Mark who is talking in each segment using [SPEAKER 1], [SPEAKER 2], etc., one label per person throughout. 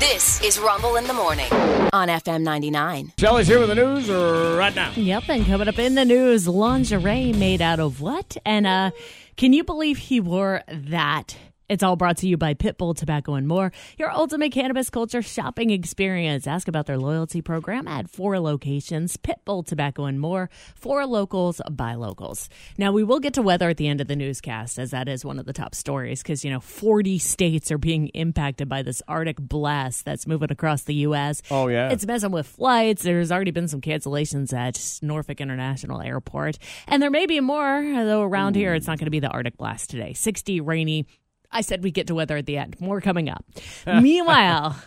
[SPEAKER 1] This is Rumble in the Morning on FM 99.
[SPEAKER 2] Shelly's here with the news uh, right now.
[SPEAKER 3] Yep, and coming up in the news, lingerie made out of what? And uh, can you believe he wore that? It's all brought to you by Pitbull Tobacco and More, your ultimate cannabis culture shopping experience. Ask about their loyalty program at four locations Pitbull Tobacco and More, for locals by locals. Now, we will get to weather at the end of the newscast, as that is one of the top stories because, you know, 40 states are being impacted by this Arctic blast that's moving across the U.S.
[SPEAKER 2] Oh, yeah.
[SPEAKER 3] It's messing with flights. There's already been some cancellations at Norfolk International Airport. And there may be more, though around here it's not going to be the Arctic blast today. 60, rainy. I said we get to weather at the end. More coming up. Meanwhile.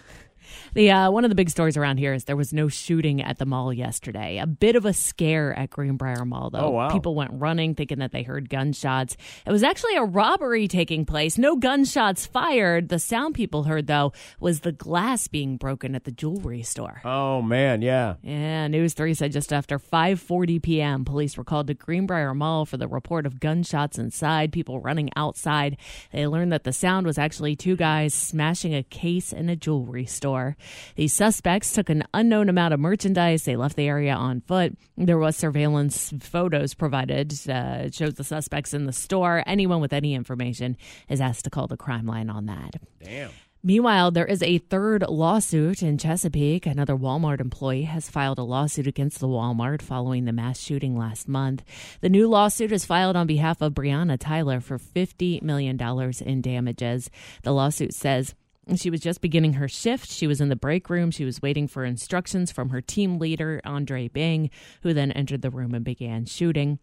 [SPEAKER 3] The uh, one of the big stories around here is there was no shooting at the mall yesterday. A bit of a scare at Greenbrier Mall, though.
[SPEAKER 2] Oh, wow.
[SPEAKER 3] People went running, thinking that they heard gunshots. It was actually a robbery taking place. No gunshots fired. The sound people heard, though, was the glass being broken at the jewelry store.
[SPEAKER 2] Oh, man, yeah.
[SPEAKER 3] Yeah, News 3 said just after 5:40 p.m., police were called to Greenbrier Mall for the report of gunshots inside, people running outside. They learned that the sound was actually two guys smashing a case in a jewelry store. The suspects took an unknown amount of merchandise. They left the area on foot. There was surveillance photos provided. Uh, it shows the suspects in the store. Anyone with any information is asked to call the crime line on that.
[SPEAKER 2] Damn.
[SPEAKER 3] Meanwhile, there is a third lawsuit in Chesapeake. Another Walmart employee has filed a lawsuit against the Walmart following the mass shooting last month. The new lawsuit is filed on behalf of Brianna Tyler for $50 million in damages. The lawsuit says, she was just beginning her shift. She was in the break room. She was waiting for instructions from her team leader, Andre Bing, who then entered the room and began shooting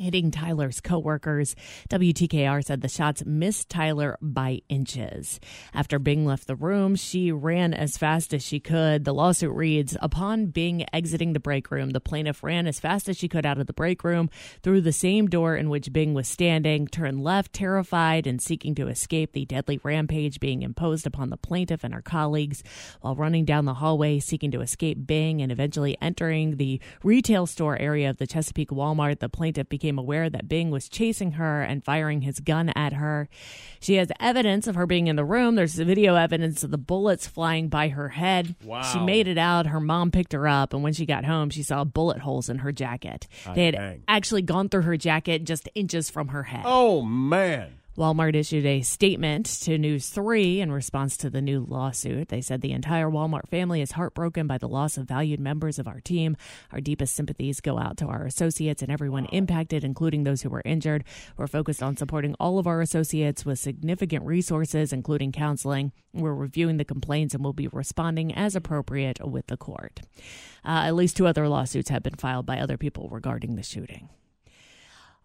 [SPEAKER 3] hitting Tyler's coworkers. WTKR said the shots missed Tyler by inches. After Bing left the room, she ran as fast as she could. The lawsuit reads, upon Bing exiting the break room, the plaintiff ran as fast as she could out of the break room through the same door in which Bing was standing, turned left, terrified and seeking to escape the deadly rampage being imposed upon the plaintiff and her colleagues while running down the hallway seeking to escape Bing and eventually entering the retail store area of the Chesapeake Walmart. The plaintiff became aware that Bing was chasing her and firing his gun at her. She has evidence of her being in the room. There's video evidence of the bullets flying by her head.
[SPEAKER 2] Wow.
[SPEAKER 3] She made it out. Her mom picked her up, and when she got home, she saw bullet holes in her jacket. they had
[SPEAKER 2] dang.
[SPEAKER 3] actually gone through her jacket just inches from her head.
[SPEAKER 2] Oh, man.
[SPEAKER 3] Walmart issued a statement to News 3 in response to the new lawsuit. They said the entire Walmart family is heartbroken by the loss of valued members of our team. Our deepest sympathies go out to our associates and everyone impacted, including those who were injured. We're focused on supporting all of our associates with significant resources, including counseling. We're reviewing the complaints and will be responding as appropriate with the court. Uh, at least two other lawsuits have been filed by other people regarding the shooting.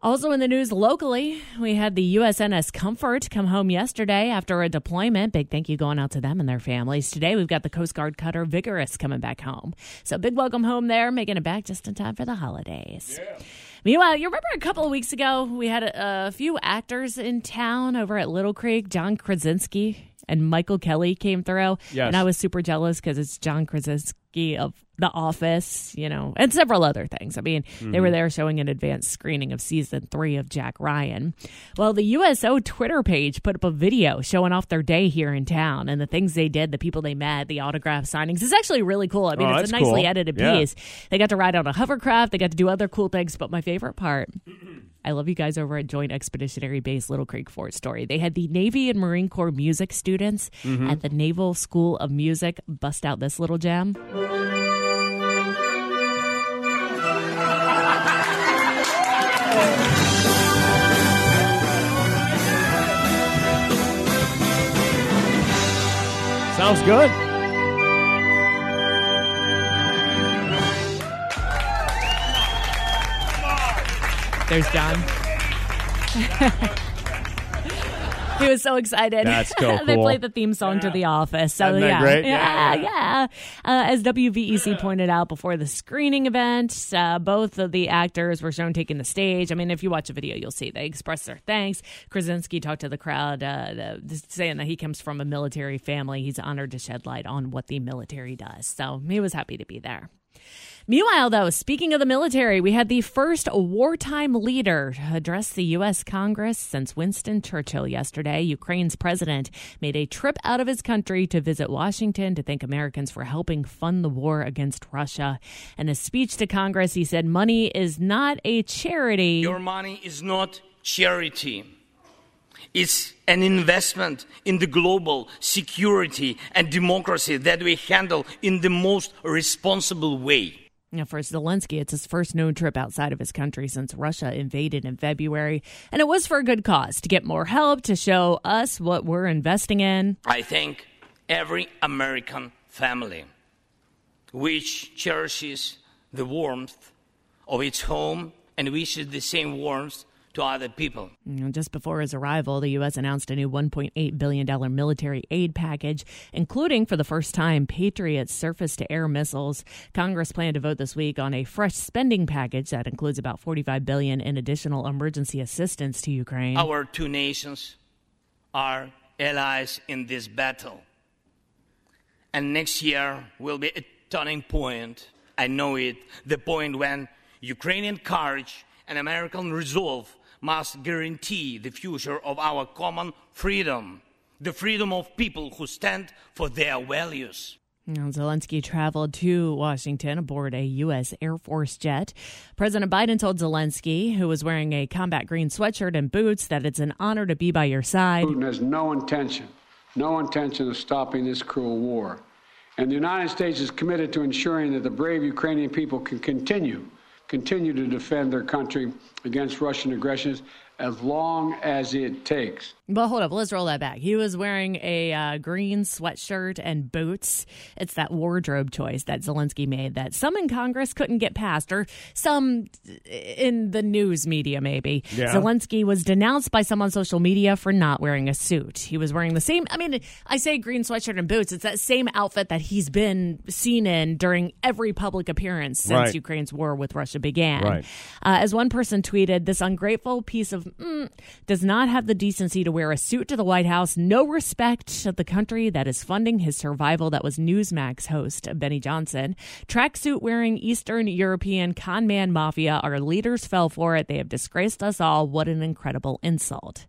[SPEAKER 3] Also in the news locally, we had the USNS Comfort come home yesterday after a deployment. Big thank you going out to them and their families. Today we've got the Coast Guard cutter Vigorous coming back home. So big welcome home there, making it back just in time for the holidays. Meanwhile, you remember a couple of weeks ago we had a, a few actors in town over at Little Creek, John Krasinski and Michael Kelly came through.
[SPEAKER 2] Yes.
[SPEAKER 3] And I was super jealous because it's John Krasinski of The Office, you know, and several other things. I mean, they were there showing an advanced screening of season three of Jack Ryan. Well, the USO Twitter page put up a video showing off their day here in town and the things they did, the people they met, the autograph signings. It's actually really cool. I mean,
[SPEAKER 2] Oh,
[SPEAKER 3] it's
[SPEAKER 2] that's
[SPEAKER 3] a nicely
[SPEAKER 2] cool.
[SPEAKER 3] edited
[SPEAKER 2] Yeah.
[SPEAKER 3] piece. They got to ride on a hovercraft, they got to do other cool things, but my favorite part. I love you guys over at Joint Expeditionary Base Little Creek Fort Story. They had the Navy and Marine Corps music students
[SPEAKER 2] Mm-hmm.
[SPEAKER 3] at the Naval School of Music bust out this little jam.
[SPEAKER 2] Sounds good.
[SPEAKER 3] There's John. he was so excited.
[SPEAKER 2] That's so
[SPEAKER 3] they
[SPEAKER 2] cool.
[SPEAKER 3] played the theme song to The Office. So
[SPEAKER 2] Isn't that
[SPEAKER 3] yeah.
[SPEAKER 2] great?
[SPEAKER 3] yeah,
[SPEAKER 2] Yeah.
[SPEAKER 3] yeah. Uh, as WVEC pointed out before the screening event, uh, both of the actors were shown taking the stage. I mean, if you watch the video, you'll see they expressed their thanks. Krasinski talked to the crowd, uh, the- just saying that he comes from a military family. He's honored to shed light on what the military does. So he was happy to be there. Meanwhile, though, speaking of the military, we had the first wartime leader address the U.S. Congress since Winston Churchill yesterday. Ukraine's president made a trip out of his country to visit Washington to thank Americans for helping fund the war against Russia. In a speech to Congress, he said, Money is not a charity.
[SPEAKER 4] Your money is not charity. It's an investment in the global security and democracy that we handle in the most responsible way.
[SPEAKER 3] Now, for Zelensky, it's his first known trip outside of his country since Russia invaded in February. And it was for a good cause to get more help, to show us what we're investing in.
[SPEAKER 4] I thank every American family which cherishes the warmth of its home and wishes the same warmth to other people.
[SPEAKER 3] You know, Just before his arrival, the U.S. announced a new $1.8 billion military aid package, including, for the first time, Patriot surface to air missiles. Congress planned to vote this week on a fresh spending package that includes about $45 billion in additional emergency assistance to Ukraine.
[SPEAKER 4] Our two nations are allies in this battle. And next year will be a turning point. I know it. The point when Ukrainian courage and American resolve must guarantee the future of our common freedom, the freedom of people who stand for their values.
[SPEAKER 3] Now, Zelensky traveled to Washington aboard a U.S. Air Force jet. President Biden told Zelensky, who was wearing a combat green sweatshirt and boots, that it's an honor to be by your side.
[SPEAKER 5] Putin has no intention, no intention of stopping this cruel war. And the United States is committed to ensuring that the brave Ukrainian people can continue, continue to defend their country against Russian aggressions as long as it takes.
[SPEAKER 3] But hold up, let's roll that back. He was wearing a uh, green sweatshirt and boots. It's that wardrobe choice that Zelensky made that some in Congress couldn't get past, or some in the news media, maybe.
[SPEAKER 2] Yeah.
[SPEAKER 3] Zelensky was denounced by some on social media for not wearing a suit. He was wearing the same, I mean, I say green sweatshirt and boots, it's that same outfit that he's been seen in during every public appearance since
[SPEAKER 2] Right.
[SPEAKER 3] Ukraine's war with Russia began.
[SPEAKER 2] Right.
[SPEAKER 3] Uh, as one person tweeted, this ungrateful piece of mm, does not have the decency to wear a suit to the White House. No respect of the country that is funding his survival. That was Newsmax host Benny Johnson. Tracksuit wearing Eastern European con man mafia. Our leaders fell for it. They have disgraced us all. What an incredible insult.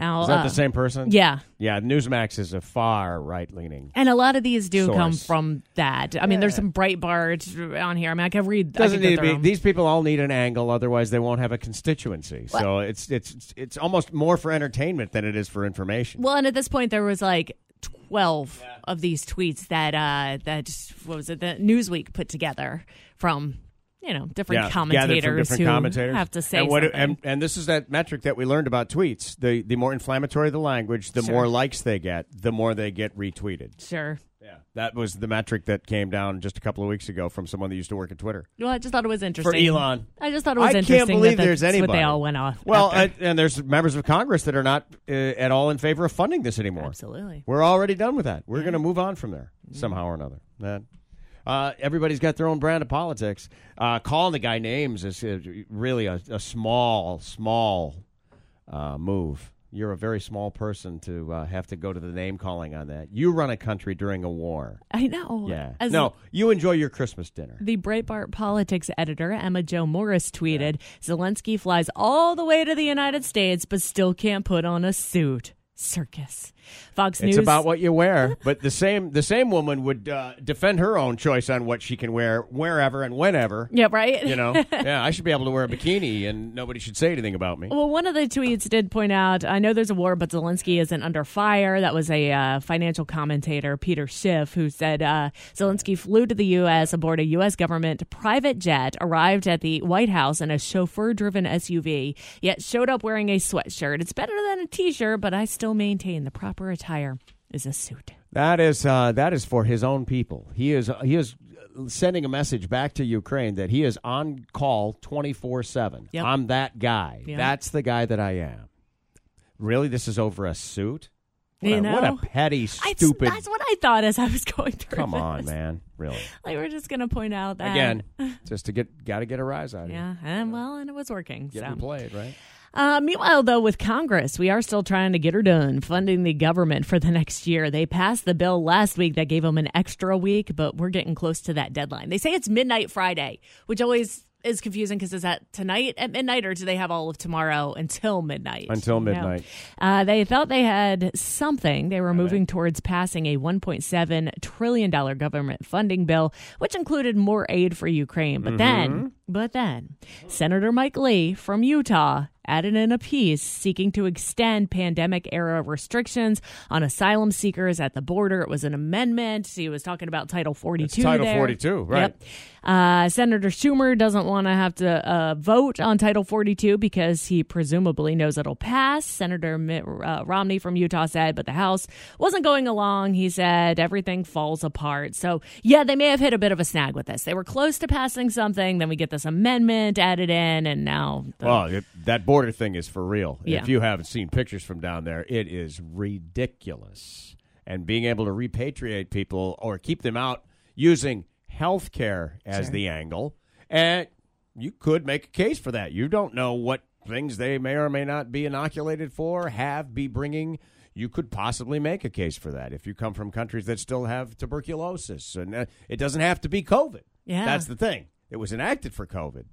[SPEAKER 3] Now,
[SPEAKER 2] Is that
[SPEAKER 3] uh,
[SPEAKER 2] the same person?
[SPEAKER 3] yeah.
[SPEAKER 2] Yeah, Newsmax is a far right leaning.
[SPEAKER 3] And a lot of these do come
[SPEAKER 2] Source.
[SPEAKER 3] from that. I mean, there's some Breitbart on here. I mean, I can read. I
[SPEAKER 2] Doesn't
[SPEAKER 3] can go
[SPEAKER 2] need to
[SPEAKER 3] through
[SPEAKER 2] be.
[SPEAKER 3] 'em.
[SPEAKER 2] These people all need an angle, otherwise they won't have a constituency. So it's it's it's almost more for entertainment than it is for information.
[SPEAKER 3] Well, and at this point, there was like twelve of these tweets that uh that what was it that Newsweek put together from you know different
[SPEAKER 2] gathered
[SPEAKER 3] commentators
[SPEAKER 2] from different
[SPEAKER 3] who
[SPEAKER 2] commentators.
[SPEAKER 3] have to say
[SPEAKER 2] and, what-
[SPEAKER 3] something.
[SPEAKER 2] and, and this is that metric that we learned about tweets. The the more inflammatory the language, the
[SPEAKER 3] Sure.
[SPEAKER 2] more likes they get, the more they get retweeted.
[SPEAKER 3] sure.
[SPEAKER 2] Yeah, that was the metric that came down just a couple of weeks ago from someone that used to work at Twitter.
[SPEAKER 3] Well, I just thought it was interesting
[SPEAKER 2] Elon.
[SPEAKER 3] I just thought it was
[SPEAKER 2] I
[SPEAKER 3] interesting.
[SPEAKER 2] can't believe
[SPEAKER 3] that
[SPEAKER 2] there's
[SPEAKER 3] that's
[SPEAKER 2] anybody.
[SPEAKER 3] What they all went off.
[SPEAKER 2] Well,
[SPEAKER 3] after.
[SPEAKER 2] and, and there's members of Congress that are not uh, at all in favor of funding this anymore.
[SPEAKER 3] absolutely.
[SPEAKER 2] We're already done with that. We're going to move on from there somehow or another. That uh, everybody's got their own brand of politics. Uh, calling the guy names is uh, really a, a small, small uh, move. You're a very small person to uh, have to go to the name calling on that. You run a country during a war.
[SPEAKER 3] I know.
[SPEAKER 2] Yeah.
[SPEAKER 3] As
[SPEAKER 2] no, you enjoy your Christmas dinner.
[SPEAKER 3] The Breitbart politics editor, Emma Jo Morris, tweeted Zelensky flies all the way to the United States but still can't put on a suit. Circus. Fox News.
[SPEAKER 2] It's about what you wear. But the same the same woman would uh, defend her own choice on what she can wear wherever and whenever.
[SPEAKER 3] Yeah, right?
[SPEAKER 2] You know, yeah, I should be able to wear a bikini and nobody should say anything about me.
[SPEAKER 3] Well, one of the tweets did point out I know there's a war, but Zelensky isn't under fire. That was a uh, financial commentator, Peter Schiff, who said uh, Zelensky flew to the U.S. aboard a U.S. government private jet, arrived at the White House in a chauffeur driven SUV, yet showed up wearing a sweatshirt. It's better than a t shirt, but I still maintain the proper attire is a suit.
[SPEAKER 2] That is uh, that is for his own people. He is uh, he is sending a message back to Ukraine that he is on call twenty four seven.
[SPEAKER 3] Yep.
[SPEAKER 2] I'm that guy.
[SPEAKER 3] Yeah.
[SPEAKER 2] That's the guy that I am. Really, this is over a suit. What,
[SPEAKER 3] You
[SPEAKER 2] a, what
[SPEAKER 3] know?
[SPEAKER 2] a petty,
[SPEAKER 3] I-
[SPEAKER 2] stupid.
[SPEAKER 3] that's what I thought as I was going through.
[SPEAKER 2] come on,
[SPEAKER 3] this.
[SPEAKER 2] man. Really.
[SPEAKER 3] Like we're just gonna point out that
[SPEAKER 2] Again, just to get got to get a rise out of it.
[SPEAKER 3] yeah, and well, and it was working.
[SPEAKER 2] Getting
[SPEAKER 3] so.
[SPEAKER 2] played, right?
[SPEAKER 3] Uh, meanwhile, though, with Congress, we are still trying to get her done funding the government for the next year. They passed the bill last week that gave them an extra week, but we're getting close to that deadline. They say it's midnight Friday, which always is confusing because is that tonight at midnight or do they have all of tomorrow until midnight?
[SPEAKER 2] Until
[SPEAKER 3] You know?
[SPEAKER 2] midnight.
[SPEAKER 3] Uh, they felt they had something. They were moving towards passing a $1.7 trillion government funding bill, which included more aid for Ukraine. But then, but then, Senator Mike Lee from Utah added in a piece seeking to extend pandemic era restrictions on asylum seekers at the border. It was an amendment. He was talking about Title 42.
[SPEAKER 2] Title
[SPEAKER 3] there.
[SPEAKER 2] 42, right.
[SPEAKER 3] Yep. Uh, Senator Schumer doesn't want to have to uh, vote on Title 42 because he presumably knows it'll pass. Senator Mitt uh, Romney from Utah said, but the House wasn't going along. He said everything falls apart. So, yeah, they may have hit a bit of a snag with this. They were close to passing something, then we get this amendment added in, and now. the-
[SPEAKER 2] Well, it, that border thing is for real.
[SPEAKER 3] Yeah.
[SPEAKER 2] If you haven't seen pictures from down there, it is ridiculous. And being able to repatriate people or keep them out using health care as the angle, and you could make a case for that. You don't know what things they may or may not be inoculated for, have, be bringing. You could possibly make a case for that if you come from countries that still have tuberculosis, and uh, it doesn't have to be COVID.
[SPEAKER 3] Yeah.
[SPEAKER 2] that's the thing. It was enacted for COVID.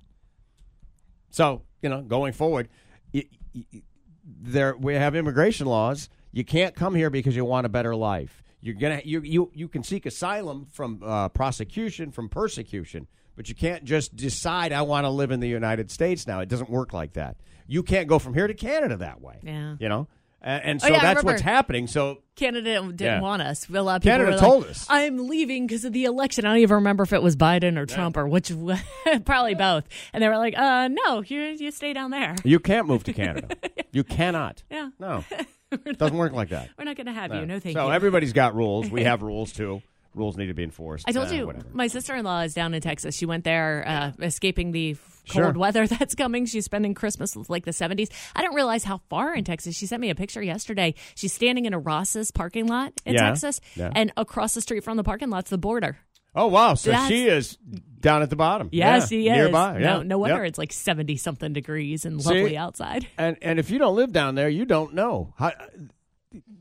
[SPEAKER 2] So you know, going forward, y y y- there we have immigration laws. You can't come here because you want a better life. You're gonna you you you can seek asylum from uh, prosecution from persecution, but you can't just decide I want to live in the United States now. It doesn't work like that. You can't go from here to Canada that way.
[SPEAKER 3] Yeah.
[SPEAKER 2] you know, and, and
[SPEAKER 3] Oh,
[SPEAKER 2] so
[SPEAKER 3] yeah, I
[SPEAKER 2] that's what's
[SPEAKER 3] remember.
[SPEAKER 2] happening. So
[SPEAKER 3] Canada didn't
[SPEAKER 2] Yeah.
[SPEAKER 3] want us. A lot of people
[SPEAKER 2] Canada
[SPEAKER 3] were
[SPEAKER 2] told
[SPEAKER 3] like,
[SPEAKER 2] us.
[SPEAKER 3] I'm leaving because of the election. I don't even remember if it was Biden or Trump or which, probably both. And they were like, uh, no, you, you stay down there.
[SPEAKER 2] you can't move to Canada. you cannot.
[SPEAKER 3] Yeah.
[SPEAKER 2] no, it doesn't work like that.
[SPEAKER 3] We're not going to have you. No, thank
[SPEAKER 2] so
[SPEAKER 3] you.
[SPEAKER 2] everybody's got rules. We have rules too. Rules need to be enforced.
[SPEAKER 3] I told
[SPEAKER 2] Uh,
[SPEAKER 3] you,
[SPEAKER 2] whatever.
[SPEAKER 3] my sister in law is down in Texas. She went there uh, escaping the f-
[SPEAKER 2] Sure.
[SPEAKER 3] cold weather that's coming. She's spending Christmas with like the 70s. I didn't realize how far in Texas. She sent me a picture yesterday. She's standing in a Ross's parking lot in
[SPEAKER 2] Yeah.
[SPEAKER 3] Texas,
[SPEAKER 2] Yeah.
[SPEAKER 3] and across the street from the parking lot's the border.
[SPEAKER 2] Oh wow! So
[SPEAKER 3] That's-
[SPEAKER 2] she is down at the bottom.
[SPEAKER 3] Yeah, she is.
[SPEAKER 2] nearby.
[SPEAKER 3] No,
[SPEAKER 2] yeah.
[SPEAKER 3] no wonder
[SPEAKER 2] Yep.
[SPEAKER 3] it's like 70 something degrees and
[SPEAKER 2] See?
[SPEAKER 3] lovely outside.
[SPEAKER 2] And and if you don't live down there, you don't know. How,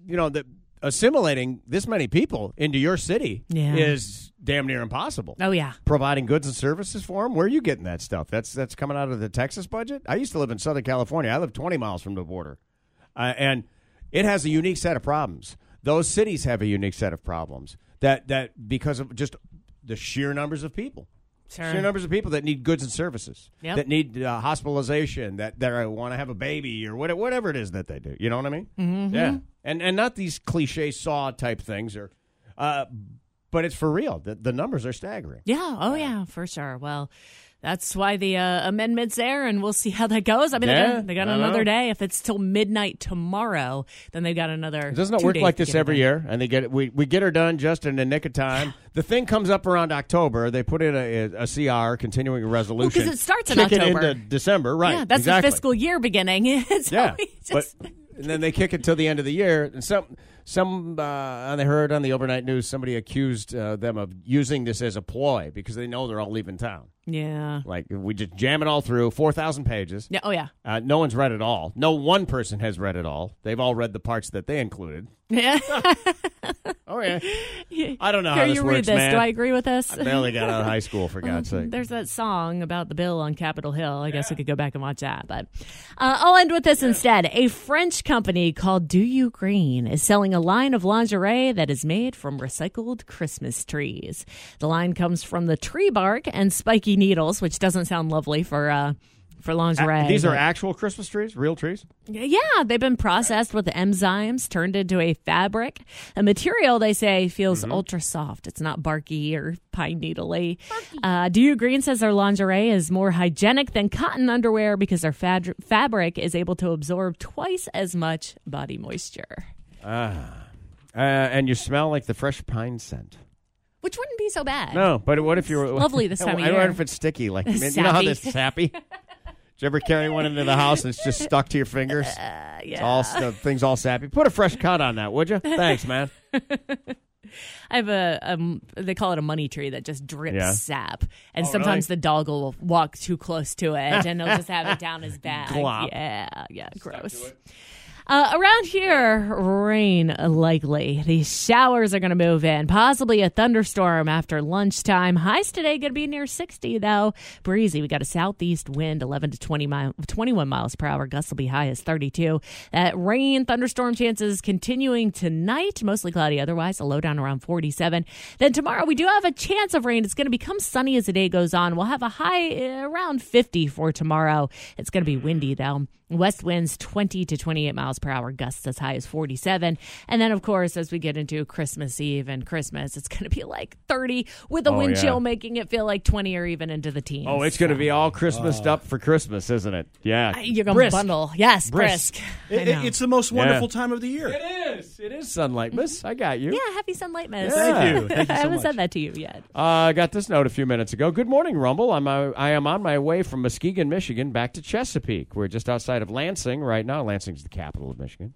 [SPEAKER 2] you know that assimilating this many people into your city
[SPEAKER 3] Yeah.
[SPEAKER 2] is damn near impossible.
[SPEAKER 3] Oh, yeah.
[SPEAKER 2] Providing goods and services for them. Where are you getting that stuff? That's that's coming out of the Texas budget. I used to live in Southern California. I live 20 miles from the border, uh, and it has a unique set of problems. Those cities have a unique set of problems that that because of just the sheer numbers of people.
[SPEAKER 3] Sure.
[SPEAKER 2] Sheer numbers of people that need goods and services,
[SPEAKER 3] Yep.
[SPEAKER 2] that need uh, hospitalization, that that want to have a baby or what, whatever it is that they do. You know what I mean? Mm-hmm. Yeah, and and not these cliche saw type things, or uh, but it's for real. The, the numbers are staggering.
[SPEAKER 3] Yeah. Oh, yeah, for sure. Well, that's why the uh, amendment's there, and we'll see how that goes. I mean,
[SPEAKER 2] Yeah,
[SPEAKER 3] they got, they got
[SPEAKER 2] I
[SPEAKER 3] another
[SPEAKER 2] know.
[SPEAKER 3] day. If it's till midnight tomorrow, then they've got another.
[SPEAKER 2] Doesn't it
[SPEAKER 3] two
[SPEAKER 2] work
[SPEAKER 3] days
[SPEAKER 2] like
[SPEAKER 3] to
[SPEAKER 2] this
[SPEAKER 3] get it
[SPEAKER 2] every
[SPEAKER 3] done.
[SPEAKER 2] year? And they get it, we we get her done just in the nick of time. The thing comes up around October. They put in a, a CR, continuing resolution,
[SPEAKER 3] it starts in
[SPEAKER 2] kick it
[SPEAKER 3] October.
[SPEAKER 2] into December, right?
[SPEAKER 3] Yeah, that's
[SPEAKER 2] exactly.
[SPEAKER 3] the fiscal year beginning. so
[SPEAKER 2] Yeah,
[SPEAKER 3] we just-
[SPEAKER 2] but and then they kick it till the end of the year. And some some uh, and I heard on the overnight news somebody accused uh, them of using this as a ploy because they know they're all leaving town.
[SPEAKER 3] yeah.
[SPEAKER 2] Like we just jam it all through four thousand pages.
[SPEAKER 3] Yeah. Oh, yeah.
[SPEAKER 2] Uh, no one's read it all. No one person has read it all. They've all read the parts that they included.
[SPEAKER 3] Yeah.
[SPEAKER 2] Oh yeah, I don't know
[SPEAKER 3] Here,
[SPEAKER 2] how this
[SPEAKER 3] you
[SPEAKER 2] works,
[SPEAKER 3] read this. Oh,
[SPEAKER 2] man.
[SPEAKER 3] Do I agree with this?
[SPEAKER 2] I barely got out of high school for God's sake.
[SPEAKER 3] There's that song about the bill on Capitol Hill. I guess we could go back and watch that. But uh, I'll end with this instead. A French company called Do You Green is selling a line of lingerie that is made from recycled Christmas trees. The line comes from the tree bark and spiky needles, which doesn't sound lovely for. Uh, for lingerie.
[SPEAKER 2] These are
[SPEAKER 3] but-
[SPEAKER 2] actual Christmas trees, real trees.
[SPEAKER 3] yeah, they've been processed with enzymes, turned into a fabric. A material they say feels ultra soft. It's not barky or pine needly. Uh, Do Green says their lingerie is more hygienic than cotton underwear because their fad- fabric is able to absorb twice as much body moisture,
[SPEAKER 2] Uh, and you smell like the fresh pine scent.
[SPEAKER 3] which wouldn't be so bad.
[SPEAKER 2] No, but what if you're
[SPEAKER 3] lovely this time of
[SPEAKER 2] I don't
[SPEAKER 3] year.
[SPEAKER 2] know if it's sticky. Like you know how
[SPEAKER 3] Sappy.
[SPEAKER 2] this sappy. Did you ever carry one into the house and it's just stuck to your fingers?
[SPEAKER 3] Uh,
[SPEAKER 2] It's all the things all sappy. Put a fresh cut on that, would you? Thanks, man.
[SPEAKER 3] I have a um, they call it a money tree that just drips
[SPEAKER 2] Yeah.
[SPEAKER 3] sap, and sometimes the dog will walk too close to it, and he'll just have it down his back.
[SPEAKER 2] Glop.
[SPEAKER 3] Yeah, yeah, gross. Uh, around here, rain likely. These showers are going to move in, possibly a thunderstorm after lunchtime. Highs today going to be near 60, though. Breezy. We got a southeast wind, 11 to 20 mile, 21 miles per hour. Gusts will be high as 32. That rain, thunderstorm chances continuing tonight. Mostly cloudy otherwise, a low down around 47. Then tomorrow, we do have a chance of rain. It's going to become sunny as the day goes on. We'll have a high uh, around 50 for tomorrow. It's going to be windy, though. West winds 20 to 28 miles per hour, gusts as high as 47. And then, of course, as we get into Christmas Eve and Christmas, it's going to be like 30 with a
[SPEAKER 2] Oh,
[SPEAKER 3] wind
[SPEAKER 2] yeah.
[SPEAKER 3] chill making it feel like 20 or even into the teens.
[SPEAKER 2] Oh, it's going to be all Christmased up for Christmas, isn't it? Yeah.
[SPEAKER 3] You're going to
[SPEAKER 2] Brisk.
[SPEAKER 3] bundle. Yes,
[SPEAKER 2] Brisk.
[SPEAKER 3] brisk. I
[SPEAKER 6] It-
[SPEAKER 3] know.
[SPEAKER 6] it- it's the most wonderful
[SPEAKER 2] Yeah.
[SPEAKER 6] time of the year.
[SPEAKER 2] It is. It is sunlight, miss. I got you.
[SPEAKER 3] yeah, happy sunlight, miss.
[SPEAKER 2] Thank
[SPEAKER 6] you. Thank you so
[SPEAKER 3] I haven't
[SPEAKER 6] much.
[SPEAKER 3] said that to you yet.
[SPEAKER 2] Uh, I got this note a few minutes ago. Good morning, Rumble. I'm uh, I am on my way from Muskegon, Michigan, back to Chesapeake. We're just outside of Lansing right now. Lansing's the capital of Michigan.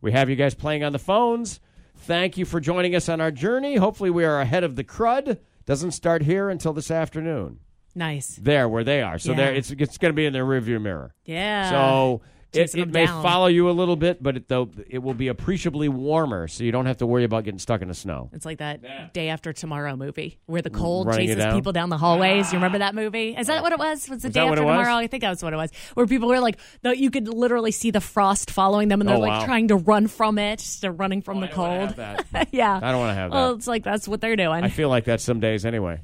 [SPEAKER 2] We have you guys playing on the phones. Thank you for joining us on our journey. Hopefully, we are ahead of the crud. Doesn't start here until this afternoon.
[SPEAKER 3] Nice.
[SPEAKER 2] There, where they are. So
[SPEAKER 3] Yeah.
[SPEAKER 2] there, it's it's going to be in their rearview mirror.
[SPEAKER 3] Yeah.
[SPEAKER 2] So it,
[SPEAKER 3] chasing
[SPEAKER 2] it
[SPEAKER 3] them
[SPEAKER 2] may
[SPEAKER 3] down.
[SPEAKER 2] follow you a little bit, but it, though it will be appreciably warmer, so you don't have to worry about getting stuck in the snow.
[SPEAKER 3] It's like that day after tomorrow movie where the cold
[SPEAKER 2] Running it
[SPEAKER 3] chases
[SPEAKER 2] down?
[SPEAKER 3] people down the hallways. You
[SPEAKER 7] Ah.
[SPEAKER 3] remember that movie? Is that what it was? Was the
[SPEAKER 2] Was
[SPEAKER 3] day
[SPEAKER 2] that what
[SPEAKER 3] after
[SPEAKER 2] it was?
[SPEAKER 3] tomorrow? I think that's what it was. Where people were like, no, you could literally see the frost following them, and they're
[SPEAKER 2] Oh,
[SPEAKER 3] like
[SPEAKER 2] wow.
[SPEAKER 3] trying to run from it. They're running from
[SPEAKER 7] Oh,
[SPEAKER 3] the cold. yeah,
[SPEAKER 2] I don't wanna have
[SPEAKER 3] Well,
[SPEAKER 2] that.
[SPEAKER 3] it's like that's what they're doing.
[SPEAKER 2] I feel like that some days anyway.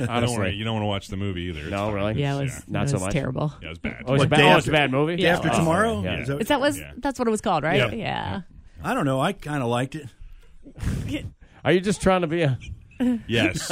[SPEAKER 2] Honestly.
[SPEAKER 7] Don't worry, you don't want to watch the movie either. It's
[SPEAKER 2] No,
[SPEAKER 7] fine.
[SPEAKER 2] really?
[SPEAKER 3] yeah, it was
[SPEAKER 2] Not
[SPEAKER 3] it was
[SPEAKER 2] so much.
[SPEAKER 3] Terrible.
[SPEAKER 7] Yeah, it's bad.
[SPEAKER 2] Oh, it's, a
[SPEAKER 6] What,
[SPEAKER 2] bad,
[SPEAKER 6] day
[SPEAKER 2] oh, it's a
[SPEAKER 6] after-
[SPEAKER 2] bad movie.
[SPEAKER 3] day
[SPEAKER 6] After
[SPEAKER 2] Oh,
[SPEAKER 6] tomorrow?
[SPEAKER 2] yeah.
[SPEAKER 6] Is that-
[SPEAKER 3] Is that was
[SPEAKER 7] Yeah.
[SPEAKER 3] that's what it was called, right?
[SPEAKER 7] Yep.
[SPEAKER 3] Yeah.
[SPEAKER 6] I don't know. I kind of liked it.
[SPEAKER 2] Are you just trying to be a?
[SPEAKER 7] yes.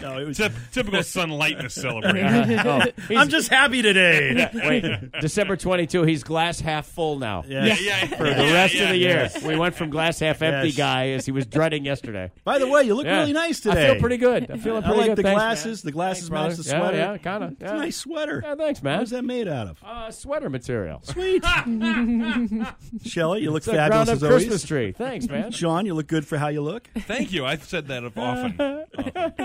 [SPEAKER 6] No, it was.
[SPEAKER 7] Typ- typical sunlightness celebration.
[SPEAKER 2] Oh,
[SPEAKER 6] I'm just happy today.
[SPEAKER 2] wait. December twenty two. He's glass half full now.
[SPEAKER 6] Yeah.
[SPEAKER 7] yeah,
[SPEAKER 2] For the rest
[SPEAKER 7] yeah,
[SPEAKER 2] of the
[SPEAKER 7] yeah.
[SPEAKER 2] year, we went from glass half empty
[SPEAKER 6] Yes.
[SPEAKER 2] guy as he was dreading yesterday.
[SPEAKER 6] By the way, you look
[SPEAKER 2] Yeah.
[SPEAKER 6] really nice
[SPEAKER 2] I
[SPEAKER 6] today.
[SPEAKER 2] feel pretty good. I'm feeling
[SPEAKER 6] I
[SPEAKER 2] pretty
[SPEAKER 6] like
[SPEAKER 2] good.
[SPEAKER 6] the
[SPEAKER 2] Thanks,
[SPEAKER 6] glasses. The glasses
[SPEAKER 2] man.
[SPEAKER 6] match the sweater.
[SPEAKER 2] Yeah, yeah, kind of.
[SPEAKER 6] It's a nice sweater.
[SPEAKER 2] Yeah, thanks, man.
[SPEAKER 6] What is that made out of?
[SPEAKER 2] Uh, sweater material.
[SPEAKER 6] Sweet. Shelley, you look
[SPEAKER 2] It's a
[SPEAKER 6] fabulous
[SPEAKER 2] ground up
[SPEAKER 6] as always.
[SPEAKER 2] Christmas tree. Thanks, man.
[SPEAKER 6] Sean, you look good for how you look.
[SPEAKER 7] Thank you. I've said that of often. often.